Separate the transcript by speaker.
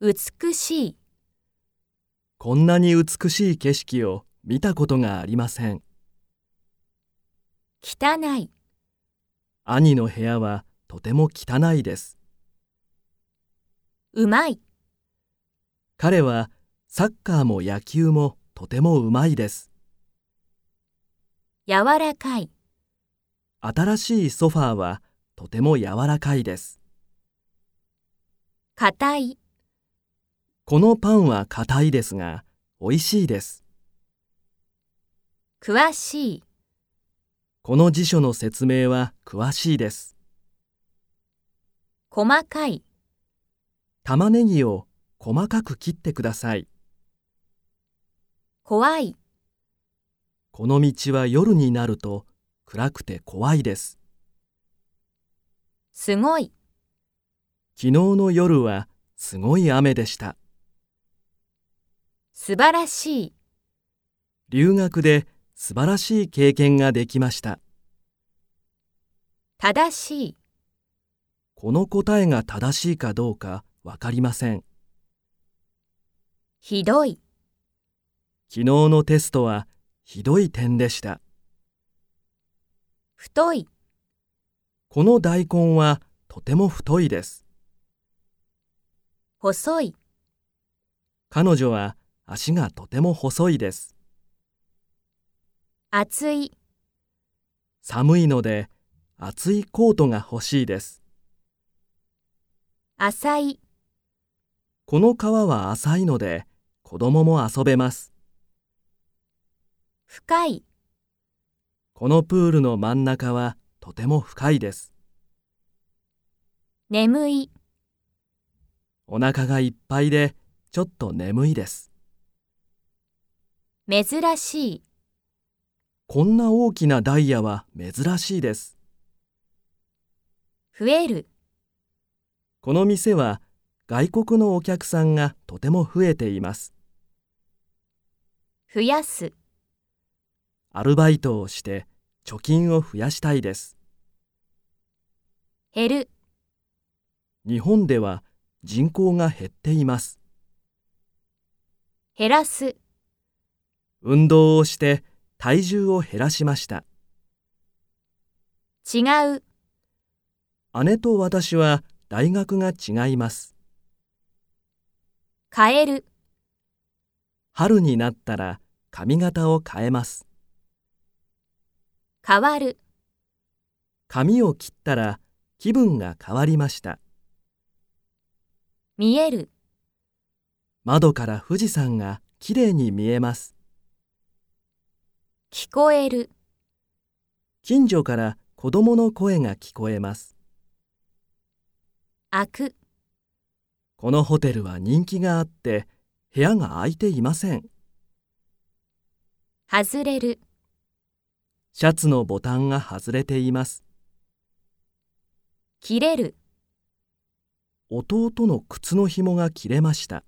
Speaker 1: 美しい、
Speaker 2: こんなに美しい景色を見たことがありません。
Speaker 1: 汚い、
Speaker 2: 兄の部屋はとても汚いです。
Speaker 1: うまい、
Speaker 2: 彼はサッカーも野球もとてもうまいです。
Speaker 1: 柔らかい、
Speaker 2: 新しいソファーはとても柔らかいです。
Speaker 1: 硬い、
Speaker 2: このパンは硬いですが、美味しいです。
Speaker 1: 詳しい、
Speaker 2: この辞書の説明は詳しいです。
Speaker 1: 細かい、
Speaker 2: 玉ねぎを細かく切ってください。
Speaker 1: 怖い、
Speaker 2: この道は夜になると暗くて怖いです。
Speaker 1: すごい、
Speaker 2: 昨日の夜はすごい雨でした。
Speaker 1: 素晴らしい、
Speaker 2: 留学で素晴らしい経験ができました。
Speaker 1: 正しい、
Speaker 2: この答えが正しいかどうかわかりません。
Speaker 1: ひどい、
Speaker 2: 昨日のテストはひどい点でした。
Speaker 1: 太い、
Speaker 2: この大根はとても太いです。
Speaker 1: 細い、
Speaker 2: 彼女は足がとても細いです。
Speaker 1: 厚い、
Speaker 2: 寒いので厚いコートが欲しいです。
Speaker 1: 浅い、
Speaker 2: この川は浅いので子供も遊べます。
Speaker 1: 深い、
Speaker 2: このプールの真ん中はとても深いです。
Speaker 1: 眠い、
Speaker 2: お腹がいっぱいでちょっと眠いです。
Speaker 1: 珍しい、
Speaker 2: こんな大きなダイヤは珍しいです。
Speaker 1: 増える、
Speaker 2: この店は外国のお客さんがとても増えています。
Speaker 1: 増やす、
Speaker 2: アルバイトをして貯金を増やしたいです。
Speaker 1: 減る、
Speaker 2: 日本では人口が減っています。
Speaker 1: 減らす、
Speaker 2: 運動をして体重を減らしました。
Speaker 1: 違う、
Speaker 2: 姉と私は大学が違います。
Speaker 1: 変える、
Speaker 2: 春になったら髪型を変えます。
Speaker 1: 変わる、
Speaker 2: 髪を切ったら気分が変わりました。
Speaker 1: 見える、
Speaker 2: 窓から富士山がきれいに見えます。
Speaker 1: 聞こえる、
Speaker 2: 近所から子供の声が聞こえます。
Speaker 1: 開く、
Speaker 2: このホテルは人気があって部屋が空いていません。
Speaker 1: 外れる、
Speaker 2: シャツのボタンが外れています。
Speaker 1: 切れる。
Speaker 2: 弟の靴の紐が切れました。